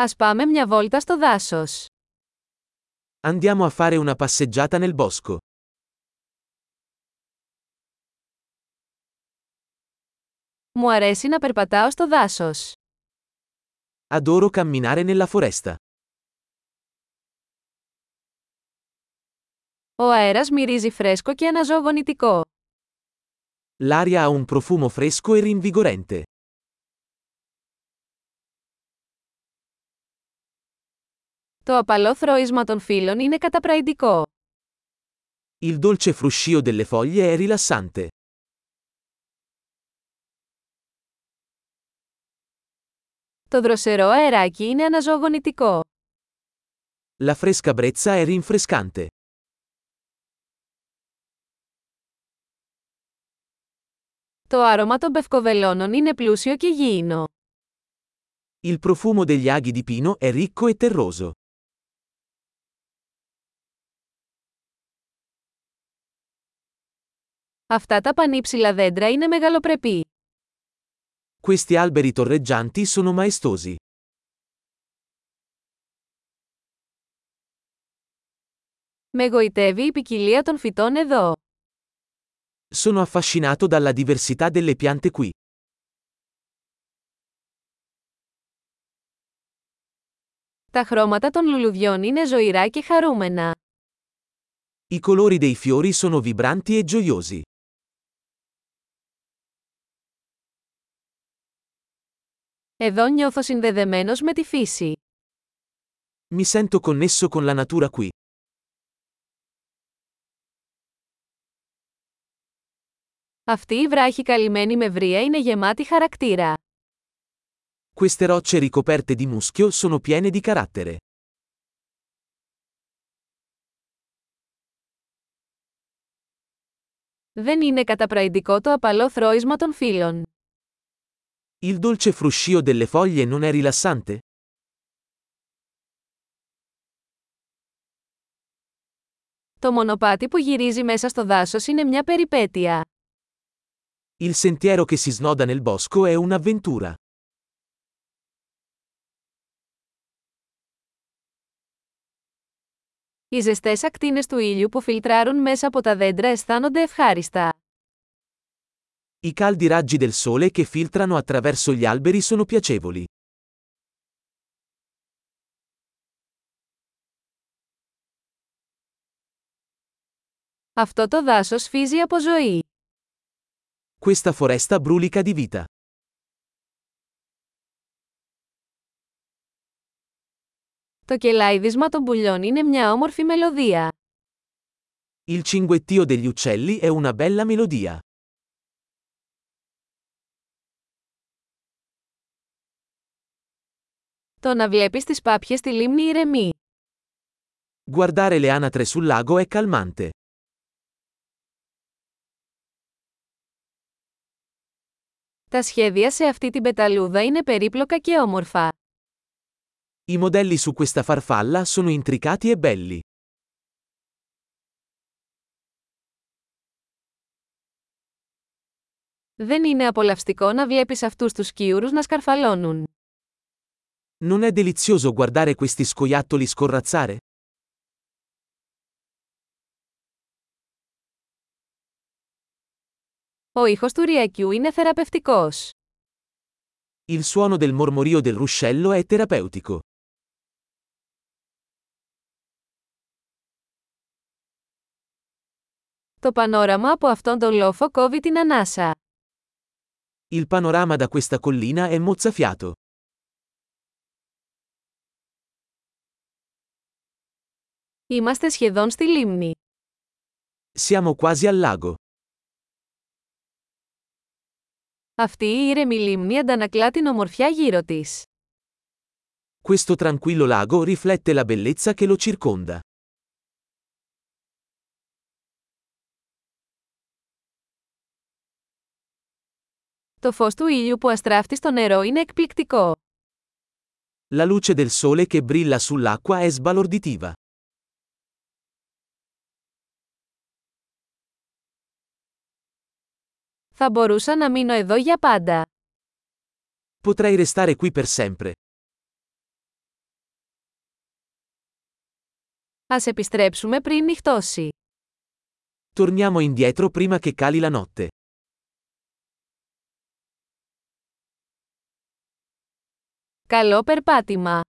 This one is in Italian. Ας πάμε μια βόλτα στο δάσος. Andiamo a fare una passeggiata nel bosco. Μου αρέσει να περπατάω στο δάσος. Adoro camminare nella foresta. Ο αέρας μυρίζει φρέσκο και αναζωογονητικό. L'aria ha un profumo fresco e rinvigorente. Το απαλό θροίσμα των φύλλων είναι καταπραϊντικό. Il dolce fruscio delle foglie è rilassante. Το δροσερό αεράκι είναι αναζωογονητικό. La fresca brezza è rinfrescante. Το άρωμα των πευκοβελώνων είναι πλούσιο και γήινο. Il profumo degli aghi di pino è ricco e terroso. Αυτά τα πανύψηλα δέντρα είναι μεγαλοπρεπή. Questi alberi torreggianti sono maestosi. Με γοητεύει η ποικιλία των φυτών εδώ. Sono affascinato dalla diversità delle piante qui. Τα χρώματα των λουλουδιών είναι ζωηρά και χαρούμενα. I colori dei fiori sono vibranti e gioiosi. Εδώ νιώθω συνδεδεμένος με τη φύση. Mi sento connesso con la natura qui. Αυτή η βράχη καλυμμένη με βρία είναι γεμάτη χαρακτήρα. Queste rocce ricoperte di muschio sono piene di carattere. Δεν είναι καταπραϊντικό το απαλό θρόισμα των φύλων. Il dolce fruscio delle foglie non è rilassante? Το μονοπάτι που γυρίζει μέσα στο δάσος είναι μια περιπέτεια. Il sentiero che si snoda nel bosco è un'avventura. Οι ζεστές ακτίνες του ήλιου που φιλτράρουν μέσα από τα δέντρα αισθάνονται ευχάριστα. I caldi raggi del sole che filtrano attraverso gli alberi sono piacevoli. Αυτό το δάσος φύζει από ζωή. Questa foresta brulica di vita. Το κελάιδισμα των πουλιών είναι μια όμορφη μελωδία. Il cinguettio degli uccelli è una bella melodia. Το να βλέπεις τις πάπιες στη λίμνη ηρεμεί. Guardare le anatre sul lago è calmante. Τα σχέδια σε αυτή την πεταλούδα είναι περίπλοκα και όμορφα. I modelli su questa farfalla sono intricati e belli. Δεν είναι απολαυστικό να βλέπεις αυτούς τους σκιούρους να σκαρφαλώνουν. Non è delizioso guardare questi scoiattoli scorrazzare? Ο ήχος του ριακιού είναι θεραπευτικός. Il suono del mormorio del ruscello è terapeutico. Το πανόραμα από αυτόν τον λόφο κόβει την ανάσα. Il panorama da questa collina è mozzafiato. Είμαστε σχεδόν στη λίμνη. Siamo quasi al lago. Αυτή η ήρεμη λίμνη αντανακλά την ομορφιά γύρω της. Questo tranquillo lago riflette la bellezza che lo circonda. Το φως του ήλιου που αστράφτει στο νερό είναι εκπληκτικό. La luce del sole che brilla sull'acqua è sbalorditiva. Θα μπορούσα να μείνω εδώ για πάντα. Potrei restare qui per sempre. Ας επιστρέψουμε πριν νυχτώσει. Torniamo indietro prima che cali la notte. Καλό περπάτημα.